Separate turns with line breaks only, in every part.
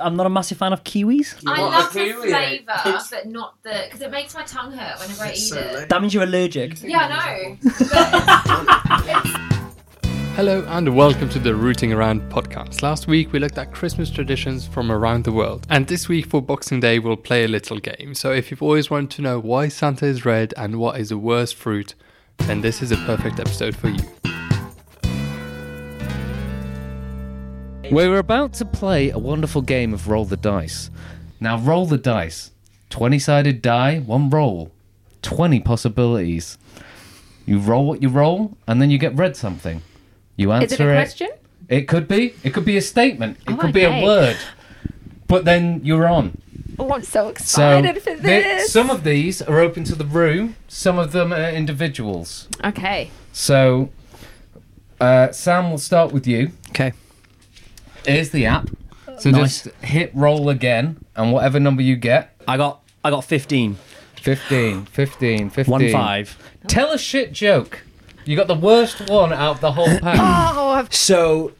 I'm not a massive fan of kiwis.
What
I
a
love the
period.
flavour,
It's-
but not the because it makes my tongue hurt whenever I eat
It's so
it.
late.
That means you're allergic.
Yeah, I know. But
Hello and welcome to the Rooting Around podcast. Last week we looked at Christmas traditions from around the world, and this week for Boxing Day we'll play a little game. So if you've always wanted to know why Santa is red and what is the worst fruit, then this is a perfect episode for you.
We were about to play a wonderful game of roll the dice. Now roll the dice. 20 sided die, one roll. 20 possibilities. You roll what you roll and then you get read something. You answer
Is it a question?
It could be. It could be a statement. It
Oh,
could be
okay.
a word. But then you're on.
Oh, I'm so
So
excited for
thi-
this.
some of these are open to the room, some of them are individuals.
okay.
So, uh, Sam, we'll start with you.
Okay.
Here's the app. So
Nice.
just hit roll again, and whatever number you get
I got I got 15.
15, 15, 15.
One five.
Tell a shit joke. You got the worst one out of the whole pack.
Oh, I've,
So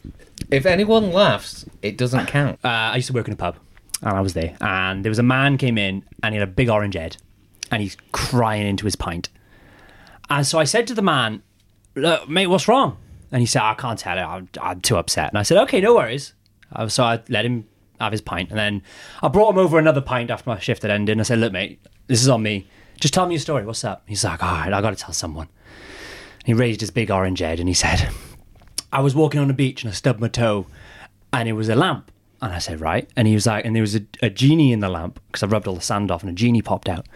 if anyone laughs, it doesn't count.
uh, I used to work in a pub, and I was there, and there was a man came in, and he had a big orange head, and he's crying into his pint. And so I said to the man, "Look, mate, what's wrong?" And he said, "I can't tell it. I'm, I'm too upset." And I said, "Okay, no worries." Uh, So I let him have his pint, and then I brought him over another pint after my shift had ended. And I said, "Look, mate, this is on me. Just tell me your story. What's up?" He's like, "All right, I got to tell someone." And he raised his big orange head, and he said. I was walking on the beach and I stubbed my toe, and it was a lamp. And I said, right. And he was like, and there was a, a genie in the lamp because I rubbed all the sand off and a genie popped out.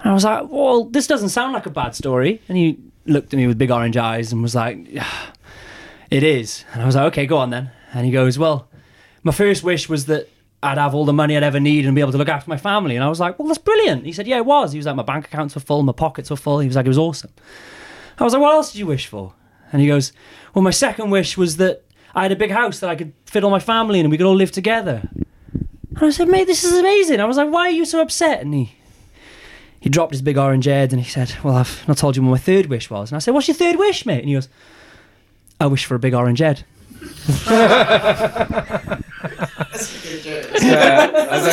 And I was like, well, this doesn't sound like a bad story. And he looked at me with big orange eyes and was like, "Yeah, it is. And I was like, okay, go on then. And he goes, well, my first wish was that I'd have all the money I'd ever need and be able to look after my family. And I was like, well, that's brilliant. He said, yeah, it was. He was like, my bank accounts were full, my pockets were full. He was like, it was awesome. I was like, what else did you wish for? And he goes, well, my second wish was that I had a big house that I could fit all my family in and we could all live together. And I said, mate, this is amazing. I was like, why are you so upset? And he, he dropped his big orange head and he said, well, I've not told you what my third wish was. And I said, what's your third wish, mate? And he goes, I wish for a big orange head.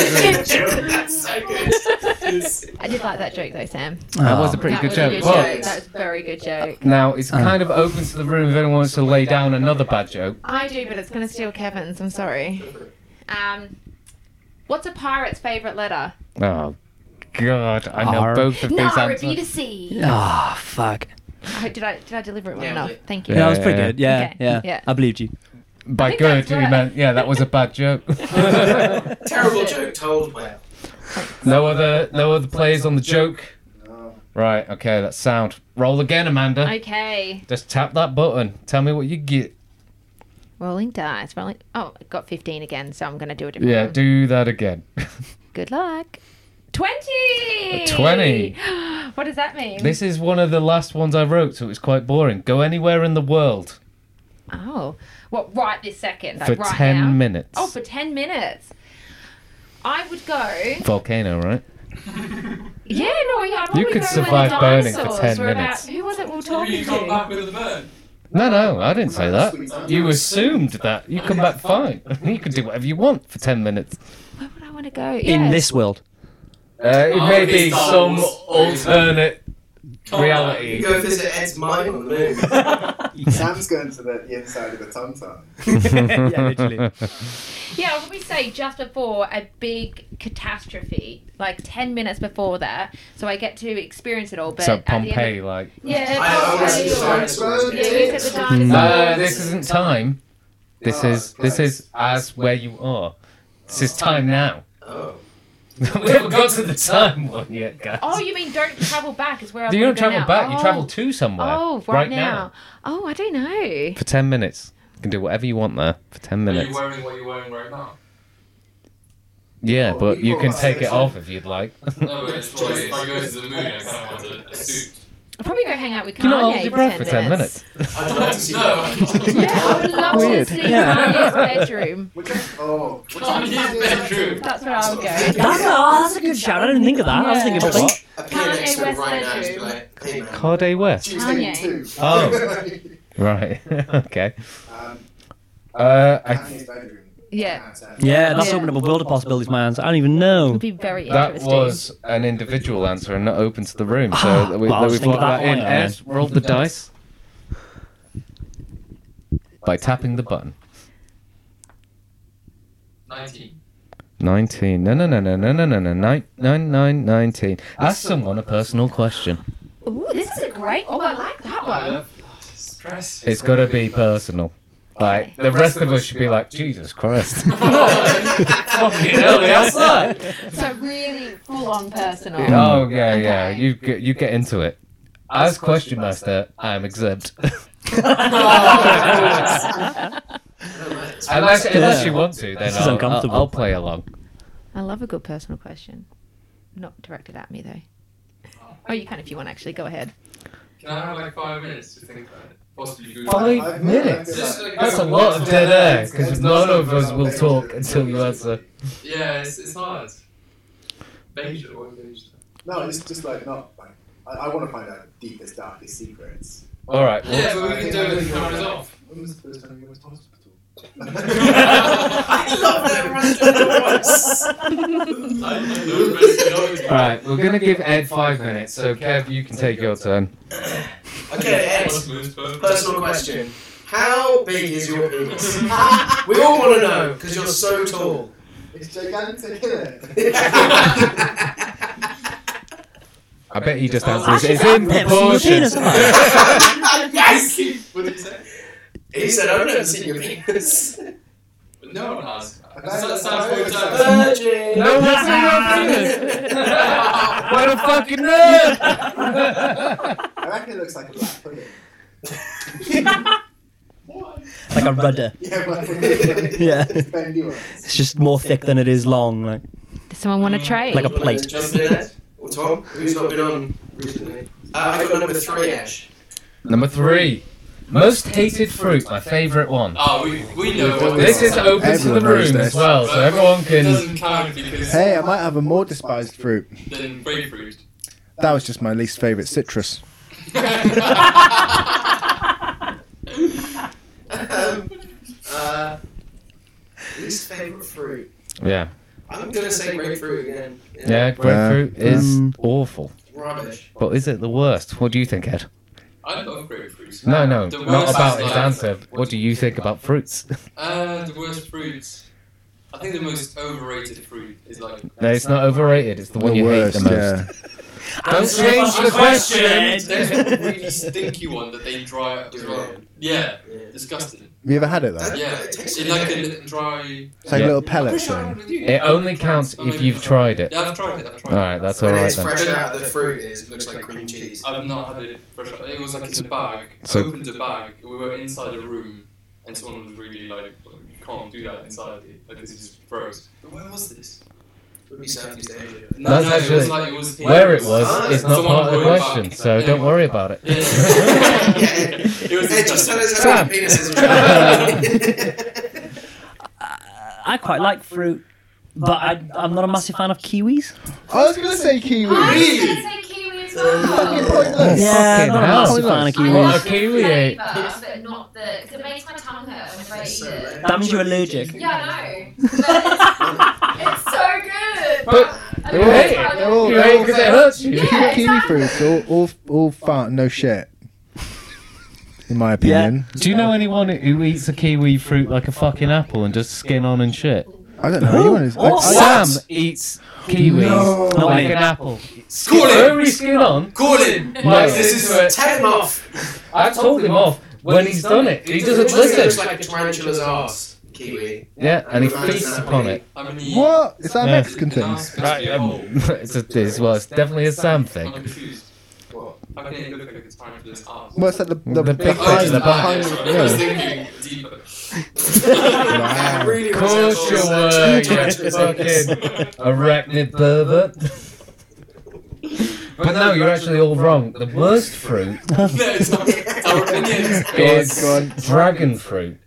That's so good.
I did like that joke though, Sam.
That
Ah.
was a pretty
that
good
was
joke.
A good
Well,
joke. That was a very good joke.
now it's kind of open to the room if anyone wants to lay down another bad joke.
I do, but it's going to steal Kevin's. I'm sorry. Um, what's a pirate's favourite letter?
Oh, God. I know
Arr.
both of these answers.
C.
Oh, fuck.
Oh, did I did I deliver it well
Yeah,
enough?
but-
Thank you.
Yeah, that was pretty good. Yeah,
Okay,
yeah,
yeah.
I believed you.
By
think
good,
that's
he
right.
meant, yeah, that was a bad joke.
Terrible joke told well.
No other, no other players on the joke. Right. Okay. That's sound. Roll again, Amanda.
Okay.
Just tap that button. Tell me what you get.
Rolling dice. Rolling. Oh, I got 15 again, so I'm going to do a different
Yeah.
one.
Do that again.
Good luck. 20.
20.
What does that mean?
This is one of the last ones I wrote, so it's quite boring. Go anywhere in the world
Oh, what? Right this second, like
for
right
ten
now?
minutes.
Oh, for ten minutes. I would go.
Volcano, right?
Yeah, no, yeah. I'd
You
probably
could
go
survive
when the
burning for
dinosaurs
10
were about-
minutes.
Who was it we were
Maybe
talking
you come back
to?
with the burn.
No, no, I didn't say that. You assumed that. You come back fine. You can do whatever you want for ten minutes.
Where would I want to go?
In
Yes.
this world.
Uh, it may be
Oh,
some
it's-
alternate
Come on,
Reality.
You go visit Ed's mine on the moon.
Sam's going to the, the inside of the tum tum.
yeah, literally.
Yeah, I would say just before a big catastrophe, like ten minutes before that, so I get to experience it all. But
so
at the end of-
Pompeii, like.
yeah,
I always
Pompeii.
see dinosaurs.
Yeah, you said the dinosaurs.
No, Uh, this isn't time. This
Oh,
is this is as where you are. This is time now.
Oh.
we haven't got to the time one yet, guys.
Oh, you mean don't travel back is where I
you don't
wanna go
travel
now.
back. You
Oh.
travel to somewhere.
Oh, right, now. Oh, I don't know.
For ten minutes, you can do whatever you want there for ten
Are you
minutes.
wearing what you're wearing right now?
Yeah,
Oh,
but
you
you can
are.
take it off if you'd like.
No, it's like if I go to the moon, I kind of want a, a suit.
I'll probably go hang out with Kanye
You can hold your
for
breath for ten minutes.
I'd like to see that.
Yeah, I would love
Weird.
to see
Yeah.
Kanye's bedroom.
Which is, oh,
What's on his bedroom?
That's where I would go.
That's a, oh, that's a good shout. I didn't think of that. I was thinking
Just
about
what?
I'd Appear next to him
West
right now and just be
bedroom.
like, hey man.
Corday West.
Tuesday
Kanye.
two.
Oh. Right. okay.
um,
Uh, I Uh,
Kanye's bedroom.
Yeah.
Yeah, that's
Yeah.
opened up a world of possibilities, man. I don't even know.
Would be very
That
interesting.
was an individual answer and not open to the room. So that we,
Ah, Well, I
that
was
we
thinking
put that
that
in.
one, yeah.
Ed, roll the dice by tapping the button.
19.
19. No, no, no, no, no, no, no, no. Nine, nine, nine, 19. Ask someone a personal question.
Ooh, this is a great. Oh, I like that one.
Stress.
It's got to be personal. Like, the rest of us should be like, Jesus Christ.
Fucking hell, yes, sir.
So really full on personal.
Oh, yeah, yeah.
Okay.
You get, you get into it. As question master, I am exempt. unless, unless you want to, then
This is
I'll, I'll,
uncomfortable.
I'll play along.
I love a good personal question. Not directed at me though. Oh, you can if you want. Actually, go ahead.
Can I have like five minutes to think about it? Possibly Google.
Five
I've-
minutes?
Just like
That's a
Google
lot of
what's
dead
on-
air, because none of us will talk until you answer.
Yeah, it's, it's hard. Bajor, what Bajor?
No, it's just like not like I, I want to find out deepest, darkest secrets.
Alright, well,
Yeah, but we can do it with the cameras off.
When was the first time you went to hospital?
I
love that
I don't know, but it's always-
Alright, we're gonna give Ed five minutes, so Kev, you can take your turn.
Okay, Ed.
Honest moves, but-
Personal question. How big is your penis? we all want to know because you're so tall.
It's gigantic, isn't it?
I bet he just
Oh,
answers.
I
It's in
Pepsi penis,
proportion.
man.
yes!
What did you say?
He said, I've never seen your penis.
No one has.
I've
Does
had-
that sound
I've
good?
had-
Virgin!
No one's seen your penis! What a fucking nerd!
I reckon it looks like a black pudding.
Like a rudder.
Yeah, black pudding.
Yeah.
It's bendy ones.
It's just more thick than it is long. Like,
Does someone want to trade?
Mm. Like a plate.
Jump in, Ed. Or Tom, who's not been on recently? Uh, I've got number three, Ash.
Number three. Most hated fruit, my favourite one.
Oh, we, we know what
This
we
is
are.
open to the
Everyone knows
room
this.
as well, so everyone
It
can.
doesn't count because
Hey, I might have a more despised fruit.
then grapefruit.
That was just my least favourite citrus.
Um, uh, least favourite fruit.
Yeah.
I'm going to say grapefruit again.
Yeah, grapefruit
Uh,
is
um,
awful.
Rubbish.
But is it the worst? What do you think, Ed?
I love grapefruit.
No, no,
The
not
worst
about
is
his
like-
answer. What do you think about fruits?
Uh, the worst fruit. I think the most overrated fruit is like.
No, it's not overrated. It's the one you hate the most. Don't change the
There's
question.
a really stinky one that they dry up as well. Yeah, disgusting.
Have you ever had it though?
Yeah, it's like a little dry.
It's
Yeah.
Pretty sure I had it with you.
It only counts if you've tried it.
Yeah, I've tried it. I've tried
All
it.
right, that's all
when
right
it's
then.
fresh out of the fruit, it looks like cream cheese.
I've not had it fresh. out. It was like in a bag.
So-
I opened a bag. We were inside a room, and someone was really like, "You can't do that inside it. Like this is gross." But where was this?
It would be Southeast Asia.
No,
That's
no, it
actually-
was like it was here. Ah,
Where it was is not
Someone
part of the
brought it back.
question, so
Yeah.
don't worry about it.
Yeah. it was
Ed, just tell
disgusting.
us how many penises are
I quite like fruit, but I, I'm not a massive fan of kiwis.
I was gonna say kiwi.
I
It's
was gonna say kiwi as
Uh,
well.
pointless.
Yeah,
Oh, fucking
not a
hell.
massive fan of
I
What
kiwis.
a
like the
kiwi, eh?
flavour, but not the because it makes my tongue hurt whenever I eat it.
That means you're allergic.
Yeah, I know. But it's- it's so good.
But-
I
You
love
hate
I
it.
love
You hate it because it hurts you.
Yeah,
kiwi
exactly.
fruits, all, all all fart, no shit. In my opinion,
Do you know anyone who eats a kiwi fruit like a fucking apple and just skin on and shit?
I don't know anyone who's. I, I,
Sam eats kiwis
No.
Not
like
me.
an apple.
Score it!
Very skin on.
Call him!
Like,
This is take him off!
I've told him off when he's done it. He doesn't
Looks
listen.
like a tarantula's ass. Kiwi.
Yeah, and he feasts upon it.
I mean,
what is that
Yeah.
Mexican
it's
thing?
not supposed to
Right,
be a
um,
hole.
it's, a, it's, well, it's definitely a Sam
I'm
thing.
confused.
What?
How can it look like it's time for this ass?
What's that? The,
The
the, big
big eyes
eyes
in the
behind.
back.
sorry, I was
Yeah.
thinking deeper.
Wow.
Really
Of course you were, you fucking arachnid pervert. But no, you're actually all wrong. The worst fruit
no, it's not. It's our opinions.
is
go on.
dragon fruit.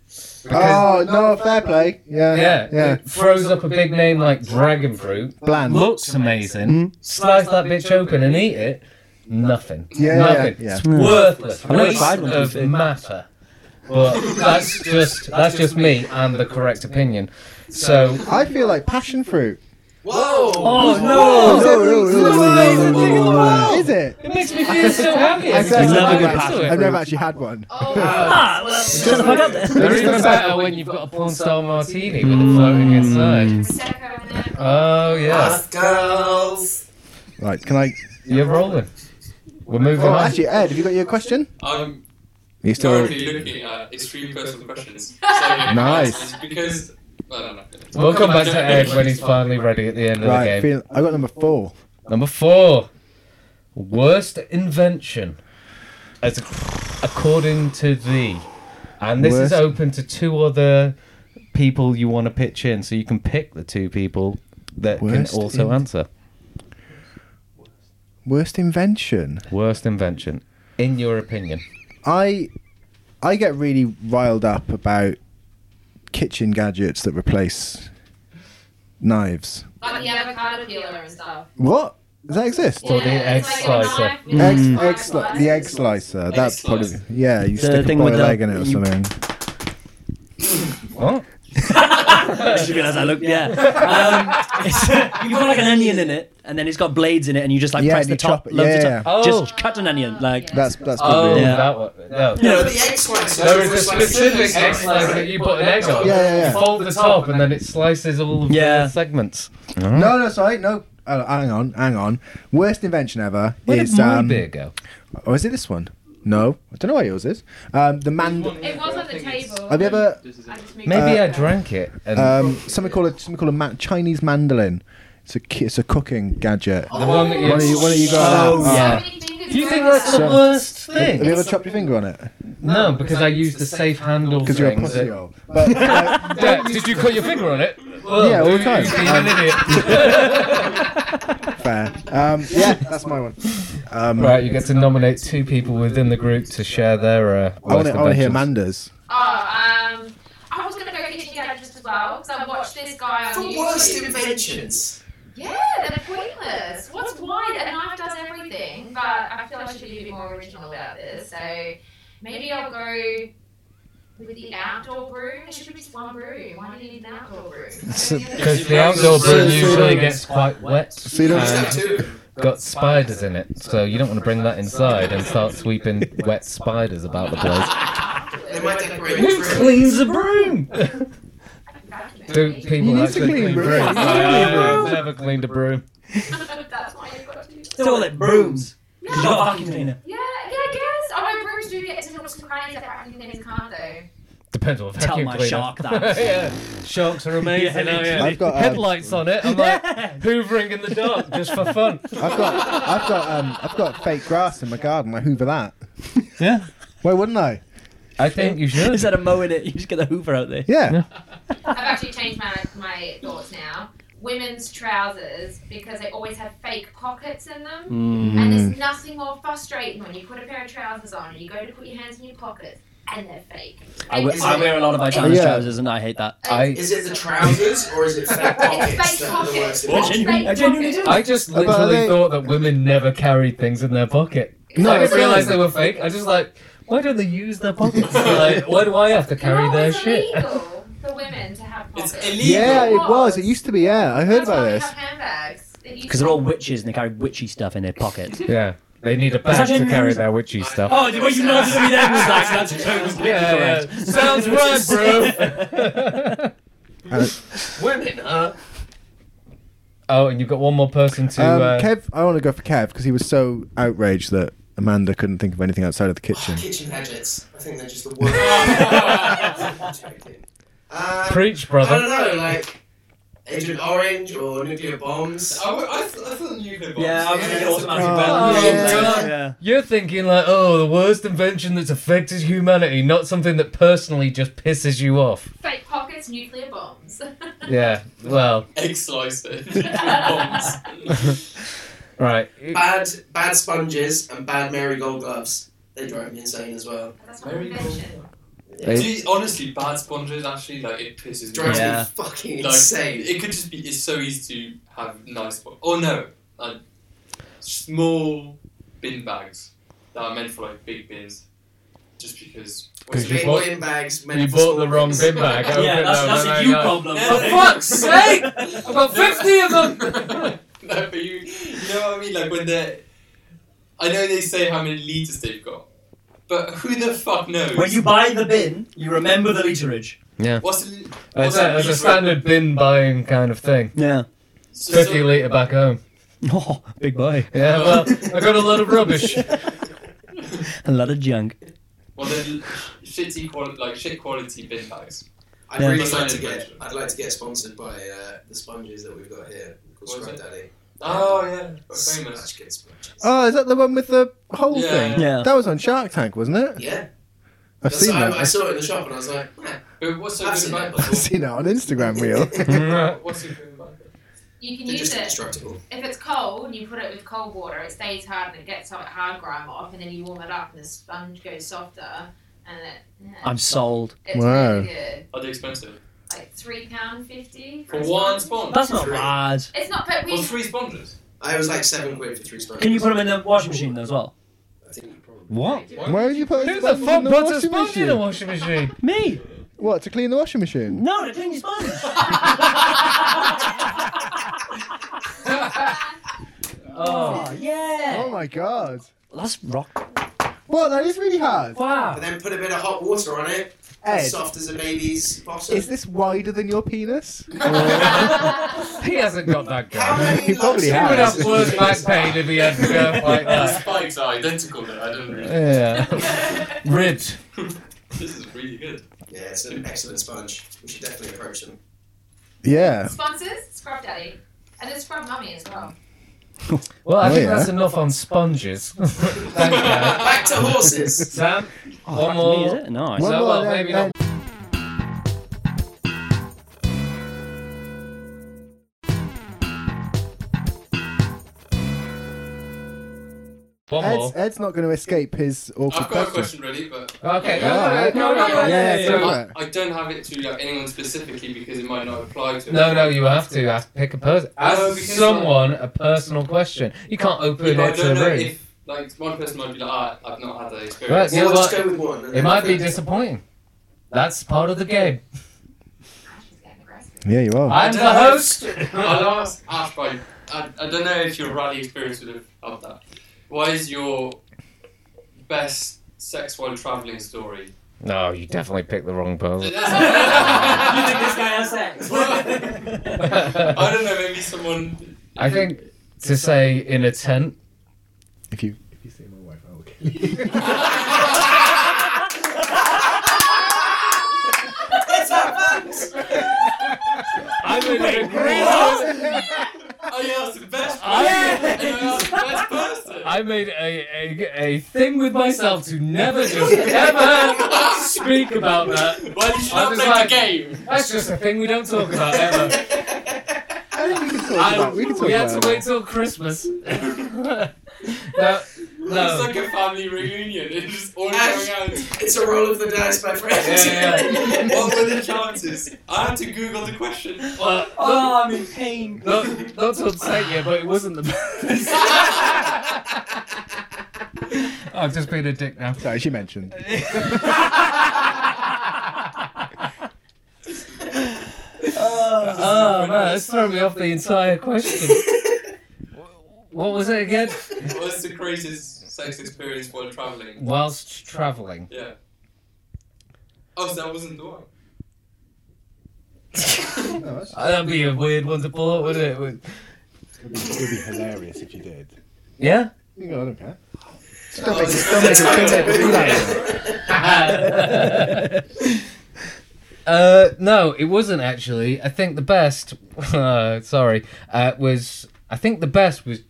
Because,
Oh no, fair play. Yeah,
yeah,
yeah,
it throws up a big name like dragon fruit.
Bland.
Looks amazing.
Hmm?
Slice that bitch open and eat it. Nothing.
Yeah, yeah,
Nothing.
yeah.
It's worthless.
I've never
Waste
tried one, to be
of
fair.
matter. But that's just that's just me and the correct opinion. So
I feel like passion fruit.
Whoa!
Oh, no.
Is it-
no.
Is it?
it makes me feel so happy.
I said-
love a good
I've
passion
I've never actually had one.
Ah, well, shut the fuck up then.
They're even better when you've got a porn star martini with it floating inside.
Prosecco in there.
Oh yeah,
Us girls.
Right, can I?
you're rolling. We're moving
Oh,
on.
actually, Ed, have you got your question?
I'm
You
currently looking at extreme personal questions. So,
Nice.
it's Because I don't know.
We'll come back to Ed when he's finally ready at the end of the
Right,
game.
feel, I got number four.
Number four, worst invention, as according to the, and this is
Worst-
open to two other people you want to pitch in, so you can pick the two people that
Worst
can also
in-
answer.
Worst invention.
Worst invention, in your opinion.
I I get really riled up about kitchen gadgets that replace knives.
Like the avocado peeler and stuff.
What? Does that exist?
Or Oh, the egg
it's a
slicer. Mm.
knife with
Egg,
a
egg
slice
sli- the egg slicer. That's probably
slice.
yeah. You
The
stick a
thing with
boiled
the-
egg in it or
you-
something.
What?
I should realise I looked. Yeah, um, it's, you put like an onion in it, and then it's got blades in it, and you just like
Yeah,
press
and
the
you chop
top.
it.
loads of
Yeah.
top. Just cut an onion, like
Yeah.
That's that's
Oh,
probably
Yeah.
that one. No.
No, the egg slicer.
There is a
It's like
specific
egg
egg slicer that you put an egg on.
Yeah, yeah, yeah.
You fold the top and then it slices all of
Yeah.
the segments.
it. No, no, sorry, no. Oh, hang on, hang on. Worst invention ever
Where
is
did my
um.
beer go?
Oh, is it this one? No, I don't know what yours is. Um, the man.
It was on the table.
Have you ever
I just moved
Maybe
uh,
I drank it. And
um something called a something called a ma- Chinese mandolin? It's a ki- it's a cooking gadget.
Oh,
the one that you,
What do you, what do you got?
Oh,
on that?
yeah.
So many fingers
Do you think
going
that's the
So-
worst
Have you
thing?
ever chopped your finger on it?
No, because I used the safe handle
Because you're a
thing.
pussy
that-
hole. But uh,
Yeah, Did you cut your finger on it? Well,
Yeah, all the
you-
time. Um,
You've been an idiot.
fair. Um, yeah, that's my one. Um,
right, you get to nominate two people within the group to share their uh,
I want
worst
to I wanna hear
inventions.
Amanda's.
Oh, um, I was gonna go kitchen gadgets as well because I watched this guy on
For
YouTube.
worst inventions.
Yeah, they're pointless. What's why a knife does everything? But I feel I should be a bit more original about this. So maybe I'll go with the outdoor broom. There should be just one broom. Why do you need an outdoor broom?
Because the outdoor brew
So-
usually
so-
gets quite wet,
So you don't.
Is
Uh,
that too?
got spiders in it, so you don't want to bring that inside and start sweeping wet spiders about the place.
They might decorate
Who
the room.
cleans the broom? Do people
You need to
actually
clean
clean
brooms.
brooms?
You need to clean
I've
brooms.
never cleaned a broom.
That's why you've got to.
toilet brooms.
Yeah,
You
yeah,
got a vacuum cleaner.
yeah, I guess. I know brooms do get into nooks and crannies that vacuum cleaners can't do.
Depends on
Tell
vacuum
my
cleaner.
shark that.
yeah. Sharks are amazing.
Yeah,
oh, yeah.
I've got, um,
Headlights on it. I'm like hoovering in the dark just for fun.
I've got I've got um I've got fake grass in my garden. I hoover that.
Yeah.
Why wouldn't I?
I think you should.
Instead of mowing it, you just get a hoover out there.
Yeah.
I've actually changed my, my thoughts now. Women's trousers because they always have fake pockets in them.
Mm-hmm.
And
Mm-hmm.
there's nothing more frustrating when you put a pair of trousers on and you go to put your hands in your pockets and they're fake.
I we- I wear a lot of my
Yeah.
trousers, and I hate that.
I
Is it the trousers or is it fake pockets?
It's fake
that are the worst
pockets.
invention?
genuinely- I genuinely
Fake
do.
I just
But
literally
they-
thought that women never carried things in their pocket.
No,
I
it's
didn't realise
fine.
they were fake. I just like, why don't they use their pockets? like, why do I have to carry
Now
their
it's
shit?
illegal for women to have
It's
pockets.
illegal.
Yeah, it was. It used to be. Yeah, I heard
That's
about
why we
this.
have handbags. They used
Because
to
they're all
have-
witches and they carry witchy stuff in their pockets.
yeah, they need a bag to
actually-
carry their witchy stuff.
Oh, the way you nodded at me then was like, that's totally
Yeah,
correct.
yeah. sounds right, bro.
Women, huh?
uh. oh, and you've got one more person to.
Um,
uh,
Kev, I want to go for Kev because he was so outraged that Amanda couldn't think of anything outside of the kitchen.
Kitchen gadgets. I think they're just the worst. I'm joking. Uh,
preach,
I
brother.
don't know, like Agent Orange or nuclear bombs.
I, w- I, th- I thought you could.
Yeah, I was going to automatic
Oh,
bell.
yeah. You're thinking like, oh, the worst invention that's affected humanity, not something that personally just pisses you off.
Fake pockets, nuclear bombs.
Yeah. Well,
Egg slicer. Bombs.
right.
Bad, bad sponges and bad marigold gloves. They drive me insane as well.
That's not invention.
Do you- honestly, bad sponges actually like it pisses me off.
Drives
Yeah.
me fucking
Like,
insane.
It could just be. It's so easy to have nice. bo- Oh no, like small bin bags that are meant for like big bins. just because.
Because
Big
you bought-
bin bags meant
you
for
bought the
small
wrong
things.
bin bag. Oh,
yeah,
no,
that's,
no,
that's
no,
a you
no.
problem.
Yeah.
For fuck's sake! About 50 of them!
no, but you, you know what I mean? Like when they, I know they say how many liters they've got, but who the fuck knows?
When you buy the bin, you remember the literage.
What's the,
It's
what's
a, it's a standard bin buying kind of thing.
Yeah.
So- so-
50 litre back home.
Oh, big boy.
Yeah, well, I got a lot of rubbish.
A lot of junk.
Well, then shitty quality, like shit quality bin bags.
I'd
Yeah.
really like to get, I'd like to get sponsored by uh, the sponges that we've got here. Called
What is
Scrub
it?
Daddy.
Oh yeah, famous.
Such good sponges.
Oh, is that the one with the whole
Yeah.
thing?
Yeah.
That was on Shark Tank, wasn't it?
yeah.
I've
That's-
seen
I,
that.
I saw it in the shop and I was like, man,
But what's so
I've
good
seen
about
I've
that?
seen it on Instagram reel.
Mm.
What- What's so good about that?
You can
they're
use
just
it
indestructible.
if it's cold and you put it with cold water. It stays hard and it gets all that hard grime off, and then you warm it up and the sponge goes softer. And it, yeah,
I'm sold.
it's
Wow.
really good.
Are they expensive?
Like three pound fifty
For one sponge?
That's not bad.
It's not, but
For
we
three sponges?
I was like seven quid for three sponges.
Can you put them in the washing machine though as well?
I think you probably.
Oh,
What?
Why would you put
Who
a
the
sponge
fuck
in the
puts a
washing
sponge in
machine?
a washing machine?
Me?
What to clean the washing machine?
No, to clean your sponge.
uh,
oh
Oh
yeah.
my god!
That's rock.
What? That is really hard.
Wow.
And then put a bit of hot water on it,
Ed,
soft as a baby's bottom.
is this wider than your penis?
He hasn't got that
How
guy.
many
He probably
loaves
He would
has.
have worse back pain if he had to go like
The
that.
spikes are identical though, I don't know.
Yeah. Ribs.
This is really good.
Yeah, it's an excellent sponge. We should definitely approach them.
Yeah.
sponsors Scrub Daddy, and it's Scrub Mummy as well.
Well, I
Oh,
think
yeah.
that's enough on sponges. Thanks, guys.
Back to horses.
Sam,
Oh,
One
that's me,
more.
is it? Nice.
One
So,
more,
well,
then-
maybe
then-
one
Ed's,
more.
Ed's not going to escape his
I've
awkward
got a
question.
question ready, but
Okay.
Yeah, alright.
Oh, No, no, no,
Yeah, yeah,
no, no.
yeah.
I, I don't have it to like, anyone specifically because it might not apply to
No, no, you have to ask, pick a person. Ask
No, because,
someone a personal question. You can't open
But I
it to
don't know
a room.
if like one person might be like, ah, I've not had that
Right,
experience.
yeah,
Well,
well,
let's go with one. and
it
then
might be
think-
disappointing. That's part of the game.
Ash is getting aggressive.
Yeah, you are.
I
I'm the
don't know.
host.
I'll ask Ash, but I, I don't know if your rally experience would have helped that. What is your best sex while travelling story?
No, you definitely picked the wrong person.
you think this guy has sex?
I don't know, maybe someone.
I think to say in a tent.
If you if you see my wife, I will kill you.
I'm in
I Oh, asked the best person.
I-
and I asked the best person.
I made a, a, a thing with myself to never just ever speak about that.
Why did you
I
not
was
play
like-
the game?
That's just a thing we don't talk about ever.
I think we can talk
I-
about. We can talk
we had
about.
to
it.
wait till Christmas. no,
It's
no.
like a family reunion. It's just all
Ash-
going out.
It's a roll of the dice, my friend.
Yeah, yeah.
What were the chances? I had to Google the question.
Well,
Oh, I'm in pain.
not, not to upset you, but it wasn't the best. I've just been a dick now.
Sorry, she mentioned.
Oh man, that's thrown me off the entire question. What was it again?
What's the craziest sex experience while travelling?
Whilst travelling.
Yeah. Oh, so that wasn't the one.
That'd be a weird one to pull up, wouldn't it?
It would be hilarious if you did.
Yeah.
You know, I don't care.
Oh,
make it-
it's-
don't make it- don't make it-
Uh, no, it wasn't actually. I think the best. Uh, sorry, uh, was I think the best was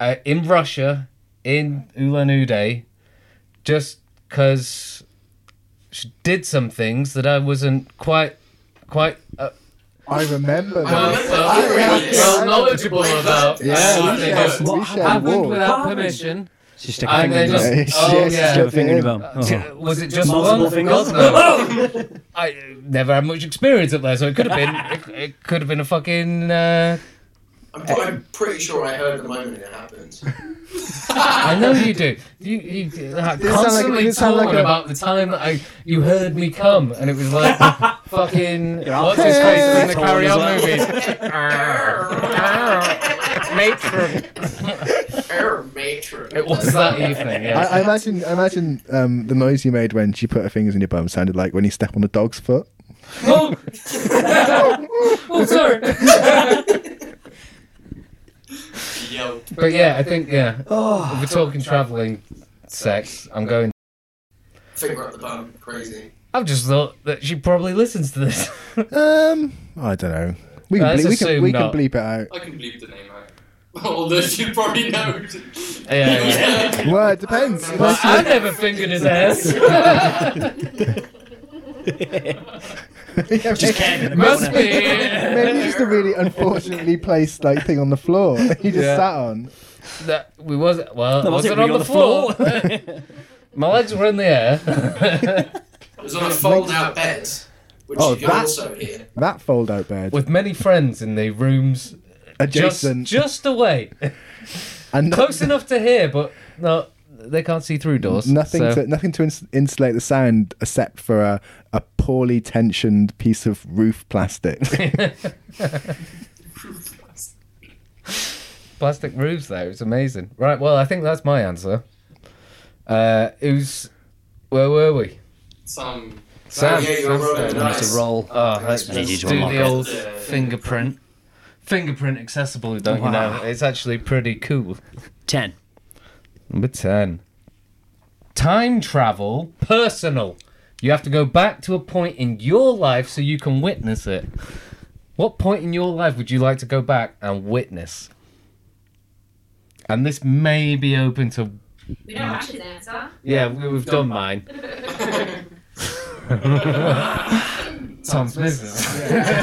uh, in Russia in Ulan Ude, just because she did some things that I wasn't quite quite uh,
I remember.
I
that.
remember.
well,
yeah.
well knowledgeable about.
Yeah,
Uh,
we
they
shared-
just
we
what
shared
happened
walls.
without
What happened?
permission.
She stick
And
a finger
they
in your
just-
bum.
oh,
Yeah, she- yeah, she
yeah.
shoved
Shove a
it
finger in your
in.
bum. Oh.
Uh,
Was it just
Multiple
one?
fingers?
God, no. I uh, never had much experience up there, so it could have been it, it could have been a fucking uh,
I'm, I'm pretty sure I heard the moment it happened.
I know you do. You, you uh,
like-
constantly
you sound like
talking
a-
about the time that I you heard me come, and it was like fucking what's his
Hey.
face from the Carry
Tall
On
as
movies. Matron.
Error matron.
It was that evening.
I, I
Yeah.
imagine, I imagine um, the noise you made when she put her fingers in your bum sounded like when you step on a dog's foot.
oh, oh, sorry.
Yo.
But yeah, I think yeah.
Oh.
If we're talking traveling, sex. I'm going.
Finger up the bum. Crazy.
I've just thought that she probably listens to this.
Um, I don't know. We can,
Let's
bleep, we can,
assume
we can
not.
bleep it out.
I can bleep the name out. Although you probably know.
yeah, yeah.
Well, it depends.
Well,
Unless
I never fingered his ass.
you- Yeah, maybe-
Must be.
Maybe it's just a really unfortunately placed like thing on the floor that you just
Yeah.
sat on.
That we was well,
No,
was
was
it
it
on
really
the, floor? My legs were in the air
It was on a fold-out bed, which
Oh,
you can
that-
also hear.
That fold out bed
with many friends in the rooms
adjacent
just just away,
and no-
close enough to hear, but no, they can't see through doors.
nothing
so-
to nothing to ins- insulate the sound except for a, a poorly tensioned piece of roof plastic.
plastic roofs though. It's amazing. Right. Well, I think that's my answer. Uh, who's where were we?
Some.
Sam, yeah, you're rolling the
Nice.
dice.
roll. Oh, let's
I need you
just
to
do
unlock
the
it.
old
Yeah.
fingerprint. Fingerprint accessible, don't you
Wow.
know? It's actually pretty cool.
Ten.
Number 10. Time travel, personal. You have to go back to a point in your life so you can witness it. What point in your life would you like to go back and witness? And this may be open to.
We don't rush his answer.
Yeah, we, we've done mine. Tom's business.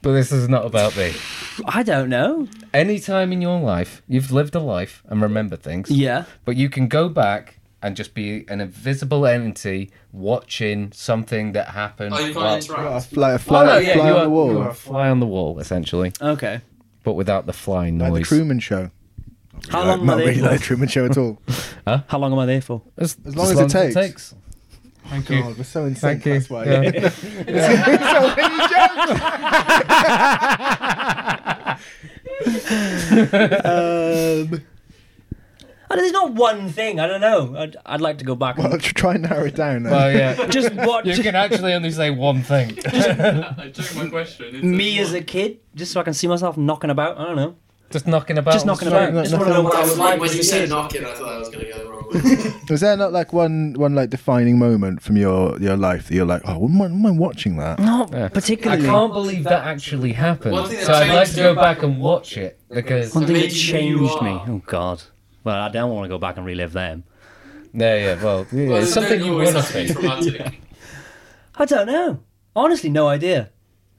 but this is not about me.
I don't know.
Any time in your life, you've lived a life and remember things.
Yeah.
But you can go back and just be an invisible entity watching something that happened.
Oh, you can't
while-
a
interact.
fly, a fly,
Oh, no,
a
yeah,
fly
you
on
are-
the
you
wall,
are a fly on the wall, essentially,
Okay.
but without the fly
like the
noise.
Truman Show.
How
Like,
long am I
not
there
really
for?
like Truman Show at all.
How long am I there for?
as,
as long as it takes.
Thank
God, we're so insane.
Thank you.
That's why.
Yeah.
so many jokes. Um,
I don't- Oh, there's not one thing. I don't know. I'd, I'd like to go back.
Well,
and
to try and narrow it down. then.
Well, yeah.
just watch
You can actually only say one thing.
I took my question. It's
me
a-
as a kid, just so I can see myself knocking about. I don't know.
Just knocking about.
Just
on the
knocking
street.
about. Just want to
nothing-
know what I was
That's like
like
when
as
you
a
said
kid.
knocking, I thought that was going to go the wrong way.
Was there not like one, one like defining moment from your, your life that you're like, oh, wouldn't mind, wouldn't mind watching that?
Not
Yeah.
particularly.
I can't believe that actually happened.
One thing that
So I'd like
changed
to go
it-
back and watch it because.
One thing that
Maybe you
changed
are.
me. Oh God. Well, I don't want to go back and relive them.
Yeah, yeah. Well, yeah,
Well,
it's
don't
something you
always
want to
have to be
see.
traumatic.
I don't know. Honestly, no idea.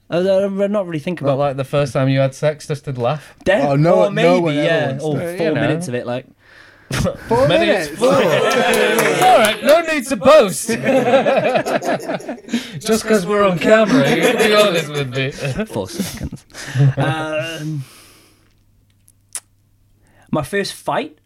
I, I, I'm not really thinking
But
about
like the first time you had sex, just did laugh.
death.
Oh, no
or
one- no
maybe
one ever
yeah.
wants
Or
to.
four
You know.
minutes of it, like.
Four
Many-
minutes.
All right, no need to boast. Just because we're on camera, you can be honest with me.
four seconds. um, my first fight,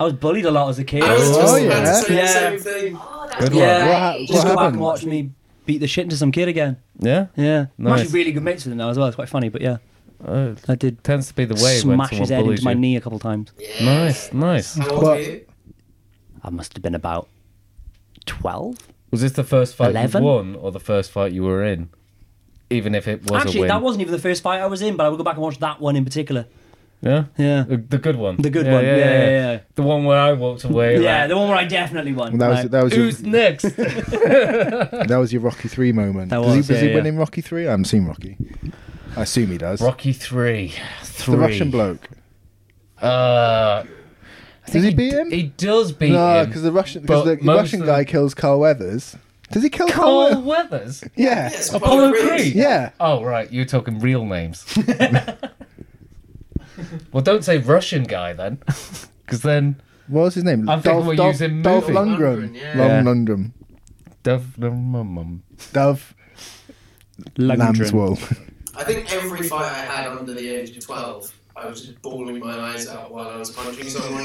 I was bullied a lot as a kid.
I was
Oh,
just
yeah.
about to say
Yeah.
the same thing.
Oh, that's
Good one.
yeah,
What ha-
great.
what
just go back
happened?
and watch me beat the shit into some kid again.
Yeah,
Yeah, I'm
Nice.
actually really good mates with him now as well. It's quite funny, but yeah,
uh,
I did
tends to be the way when
smash
someone
his head
bullies
into my
you.
knee a couple times.
Yeah.
Nice, nice.
How old
But-
were you?
I must have been about twelve.
Was this the first fight
Eleven?
you won, or the first fight you were in? Even if it was a
actually,
win.
that wasn't even the first fight I was in, but I would go back and watch that one in particular.
yeah,
Yeah,
the, the good one.
The good one, yeah, yeah, yeah.
The one where I walked away.
yeah,
like,
the one where I definitely won.
That was
Like,
that was your,
Who's next?
that was your Rocky Three moment.
That
does he,
was,
does
yeah,
he win
yeah.
in Rocky Three? I haven't seen Rocky. I assume he does.
Rocky three, three.
The Russian bloke.
Uh,
Does he beat him?
he does beat
No,
him.
because the Russian
But
because the
most
Russian
of-
guy kills Carl Weathers. Does he kill Carl?
Carl
Weathers?
Weathers.
Yeah. Oh,
Yes,
Apollo Creed.
Yeah.
Oh right, you're talking real names. well, don't say Russian guy then, because then
What was his name?
I'm thinking
Dolph,
we're
Dolph,
using
Dolph
movie.
Lundgren.
Lundgren, yeah.
Lon Lundgren.
Dov- dum- mum- mum.
Dolph. lamb's wool.
I think every fight I had under the age of 12, I was just bawling my eyes out while I was punching someone.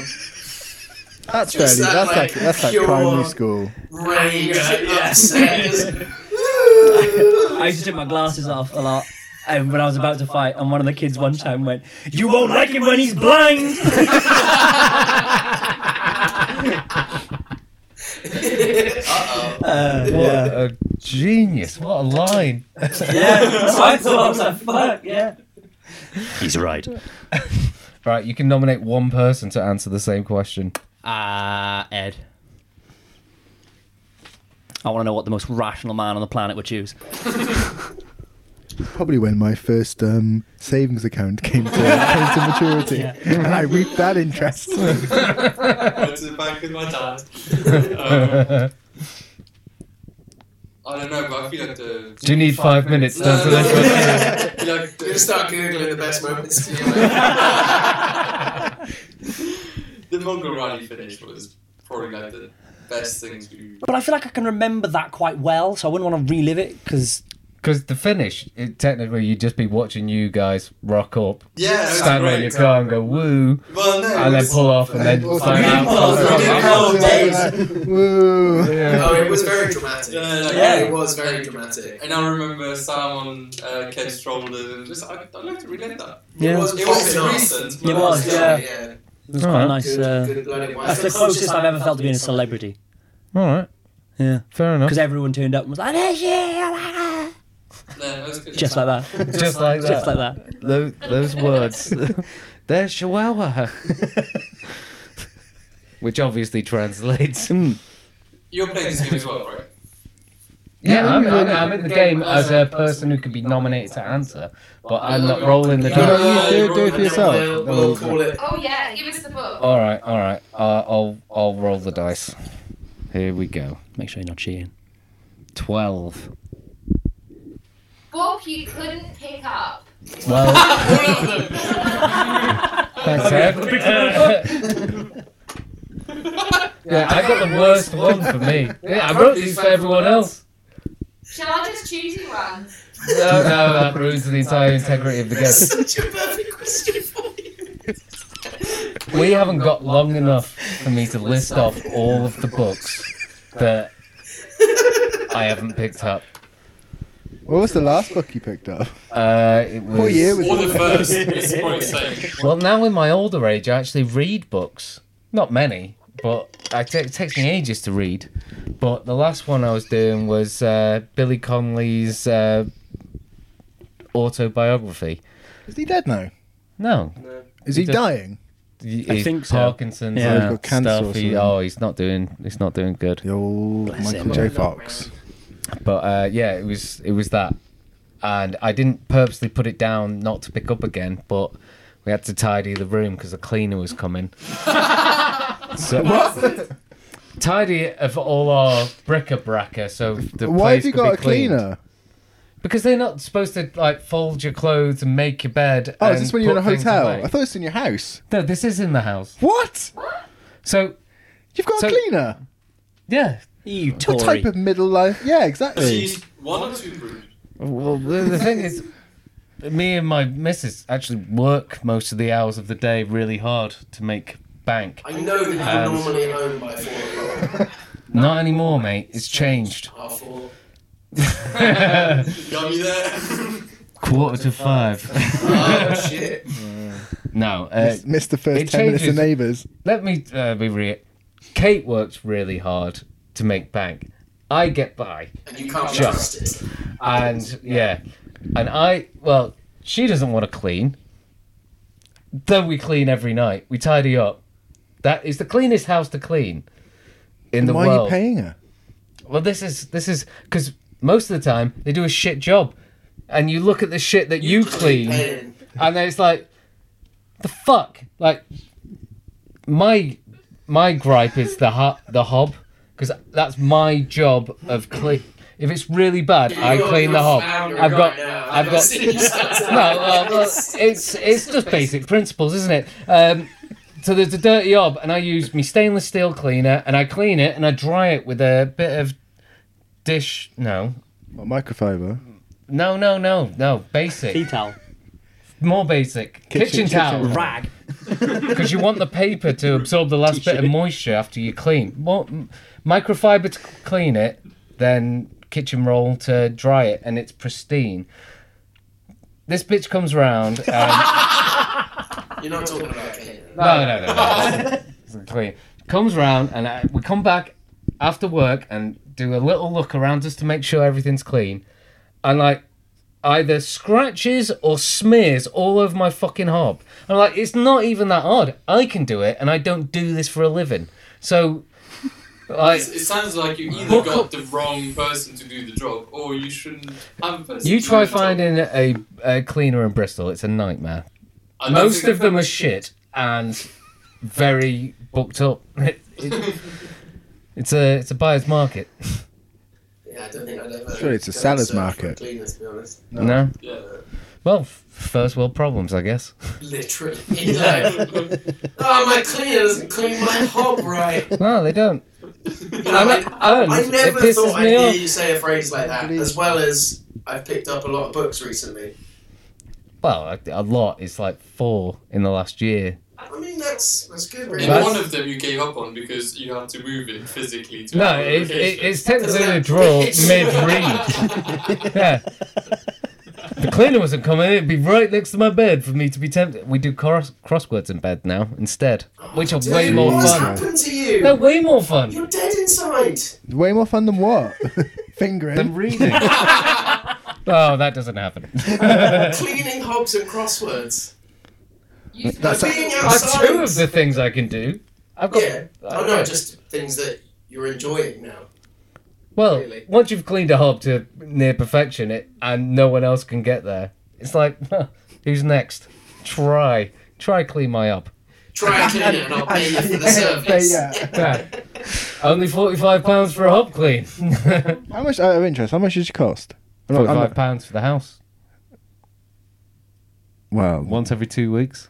That's fairly.
Just that,
That's like
like,
that's like
pure-
primary school.
Rage, upset. just-
I used to take my glasses off a lot. And when I was about to fight, and one of the kids one time went, "You won't like him when he's blind."
Uh-oh.
Uh,
What a genius! What a line!
yeah, so I thought I was like, "Fuck yeah." He's right.
Right, you can nominate one person to answer the same question.
Ah, Ed. I want to know what the most rational man on the planet would choose.
Probably when my first um, savings account came to, came to maturity, and I reaped that interest.
Went to the bank with my dad. um, I don't know, but I feel like the.
Do you need five minutes to answer
no,
this
no,
question?
no, no. Like
I'm gonna
the,
start googling the best moments. to your life.
the Mongol rally finish was probably like the best things we.
But I feel like I can remember that quite well, so I wouldn't want to relive it because
Because the finish, it, technically, you'd just be watching you guys rock up,
Yeah, it was
stand on
great.
your car and go woo,
Well, no, it
and then
was-
pull off and then
Also,
sign
we
out.
did pull off, we did pull off.
Woo.
oh, it was very dramatic.
No, no, no,
Yeah.
It was very dramatic.
And I remember Sam on uh, Ken's shoulders, and just I, I'd like to relive that.
Yeah.
It was,
It was
popping off.
recent.
It was, yeah. it was quite
Alright.
nice. Uh,
Good, good bloody
that's the closest I've ever felt to being a celebrity
All right.
Yeah.
Fair enough.
because everyone turned up and was like, "Hey, yeah."
No, it was good.
just like that,
Just, like that.
just like that.
Those, those words. They're chihuahua. Which obviously translates.
Hmm.
You're playing this game as well, right?
Yeah, I'm, I'm, I'm in the game as a person who could be nominated to answer, but I'm not rolling the
No, no,
dice.
you do, do it for yourself.
We'll, we'll call it.
Oh yeah, give us the book.
All right, all right. Uh, I'll I'll roll the dice. Here we go.
Make sure you're not cheating.
Twelve.
Book you couldn't pick up.
Well, thanks, Ed. yeah, I got the worst one for me. Yeah, I wrote these for everyone else.
Shall I just choose you one?
No, no, that ruins the entire integrity of the game.
Such a perfect question for you.
We haven't got long enough for me to list off all of the books that I haven't picked up.
What was the last book you picked up?
Uh, it was,
What year was
Or the
it?
first. It's probably the same.
Well, now in my older age, I actually read books. Not many, but I ta- it takes me ages to read. But the last one I was doing was uh, Billy Connolly's uh, autobiography.
Is he dead now?
No,
Is he
He just-
dying?
I
think so.
Parkinson's
Yeah.
and
He's got cancer or
stuff. He,
something.
oh, he's not doing. He's not doing good.
The old
Bless
Michael
him.
J. Fox.
But uh, yeah, it was it was that, and I didn't purposely put it down not to pick up again, but we had to tidy the room because the cleaner was coming. so Tidy of all our bric-a-brac, so the
Why
place
have you
could
got
be
a
cleaned.
cleaner?
Because they're not supposed to like fold your clothes and make your bed.
Oh,
and
is this when you're in a
put things
hotel?
away.
I thought it was in your house.
no, this is in the house.
What?
So
You've got
So-
a cleaner?
yeah,
You Tory.
What type of middle life? Yeah, exactly.
She's one or two brood.
Well, the, the thing is, me and my missus actually work most of the hours of the day really hard to make bank.
I know that you're
Um,
normally home by four o'clock.
Not anymore, mate. It's changed.
Half four.
You got me there.
Quarter to five.
Oh shit.
No, uh,
Just missed the first
it
ten minutes of
changes.
Neighbours.
let me uh, be real. Kate works really hard to make bank. I get by.
And you can't
Just.
trust it.
and yeah, and I well, she doesn't want to clean. Though we clean every night, we tidy up. That is the cleanest house to clean in the
Why
world.
are you paying her?
Well, this is this is because most of the time they do a shit job, and you look at the shit that you, clean,
Pain.
and then it's like, the fuck, like my my gripe is the ho- the hob because that's my job of clean. If it's really bad, I
You're-
clean
you're
the hob.
flounder
I've
right
got
now.
I've
not
got
seen you start to-
no, well, well, it's it's just basic principles, isn't it? Um, so there's a dirty hob, and I use my stainless steel cleaner, and I clean it, and I dry it with a bit of dish. No,
What, microfiber?
No, no, no, no.
Tea
Basic.
towel.
More basic. Kitchen,
kitchen
towel.
towel.
Rag.
Because you want the paper to absorb the last bit of moisture after you clean. More, m- microfiber to clean it, then kitchen roll to dry it, and it's pristine. This bitch comes round. And,
You're not talking about it.
no, no, no. no. It's clean. Comes round, and I, we come back after work and do a little look around just to make sure everything's clean. And like, either scratches or smears all over my fucking hob. I'm like, it's not even that odd. I can do it, and I don't do this for a living. So, like,
It it sounds like you either
Hook
got
up-
the wrong person to do the job, or you shouldn't have a person.
you
to do
try
the job.
finding a, a cleaner in Bristol. It's a nightmare.
I don't
Most
think
of them are shit and very booked up. It- it- it's a it's a buyer's market.
Yeah, I don't think I'd ever.
Surely it's a
go
seller's
search for
market.
Cleaners, to be honest.
No.
Yeah.
Well, f- first world problems, I guess.
Literally. Like, oh, my cleaner doesn't clean my hob right.
No, they don't.
Yeah,
like,
I,
Owen,
I
it
never
pisses
thought I'd
me
hear
off.
you say a phrase like that, as well as I've picked up a lot of books recently.
Well, a, a lot. It's like four in the last year.
I mean, that's that's good, really.
In
That's-
one of them, you gave up on because you had to move it physically. To
No,
another
it, it,
location.
it's technically a draw mid-read. Yeah. The cleaner wasn't coming. It'd be right next to my bed for me to be tempted. We do cross- crosswords in bed now instead, which are way
Dude,
more
what's
fun.
happened to you?
They're way more fun
You're dead inside.
Way more fun than what? Fingering.
than reading. oh, that doesn't happen.
Cleaning hobs and crosswords.
You
That's-
Being
That's
outside.
two of the things I can do. I've got.
Yeah. Oh no, just things that you're enjoying now.
Well,
Really?
once you've cleaned a hob to near perfection, it and no one else can get there. It's like, who's next? Try, try clean my up.
Try and clean it, and I'll pay you for the service.
Yeah. Only forty-five pounds for a hob clean.
How much out of interest? How much did you cost? I'm not- I'm
Forty-five
not-
pounds for the house
well,
once every two weeks.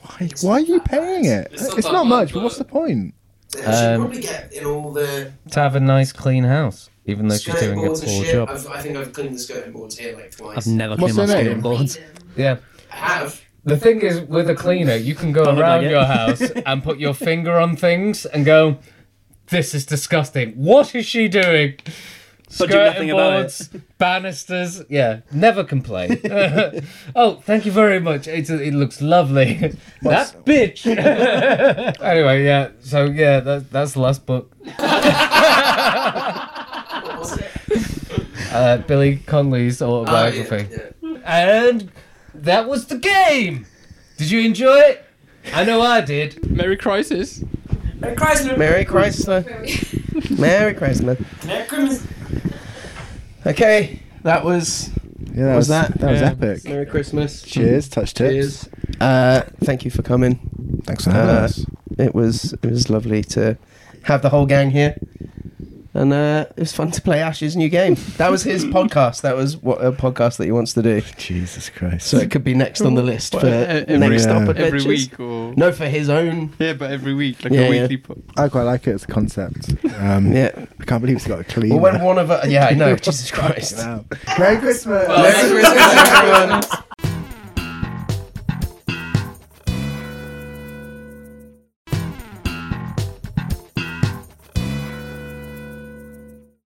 why, why are you paying it?
It's
It's,
not that
not much.
much,
But what's the
but-
point?
You should
Um,
probably get in all the
To have a nice clean house, even though she's
skirting
doing a
boards and
poor
shit.
job.
I've, I think I've cleaned the skirting boards here like twice.
I've never
What's
cleaned my
her name?
skateboard boards.
Yeah.
I have.
The thing is, with a cleaner, you can go
Don't look
around
like it.
your house and put your finger on things and go, "This is disgusting. What is she doing?"
But do
Skirting
nothing about
boards, banisters. Yeah, never complain. oh, thank you very much. It, it looks lovely. that bitch. anyway, yeah. So yeah, that, that's the last book.
What was it?
Uh, Billy Conley's
Oh,
autobiography.
yeah, yeah.
And that was the game. Did you enjoy it? I know I did.
Merry Crisis.
Merry Chrysler. Merry Chrysler. Okay, that was
Yeah, that
was
was,
that?
that? was
Yeah.
epic.
Merry Christmas.
Cheers. Touch tips.
Cheers. Uh, thank you for coming.
Thanks for having
Uh,
us.
It was it was lovely to have the whole gang here, and uh, it was fun to play Ash's new game. That was his podcast. That was what a podcast that he wants to do.
Jesus Christ.
So it could be next on the list for
Well, e- every-
next
Yeah.
stop
Every
adventures.
week or.
No, for his own.
Yeah, but every week, like
Yeah,
a
yeah.
weekly po-
I quite like it as a concept. Um,
Yeah.
I can't believe it's got a clean.
uh, Well, when one of us, yeah, I know. Jesus Christ.
Merry Christmas.
Merry Christmas, everyone.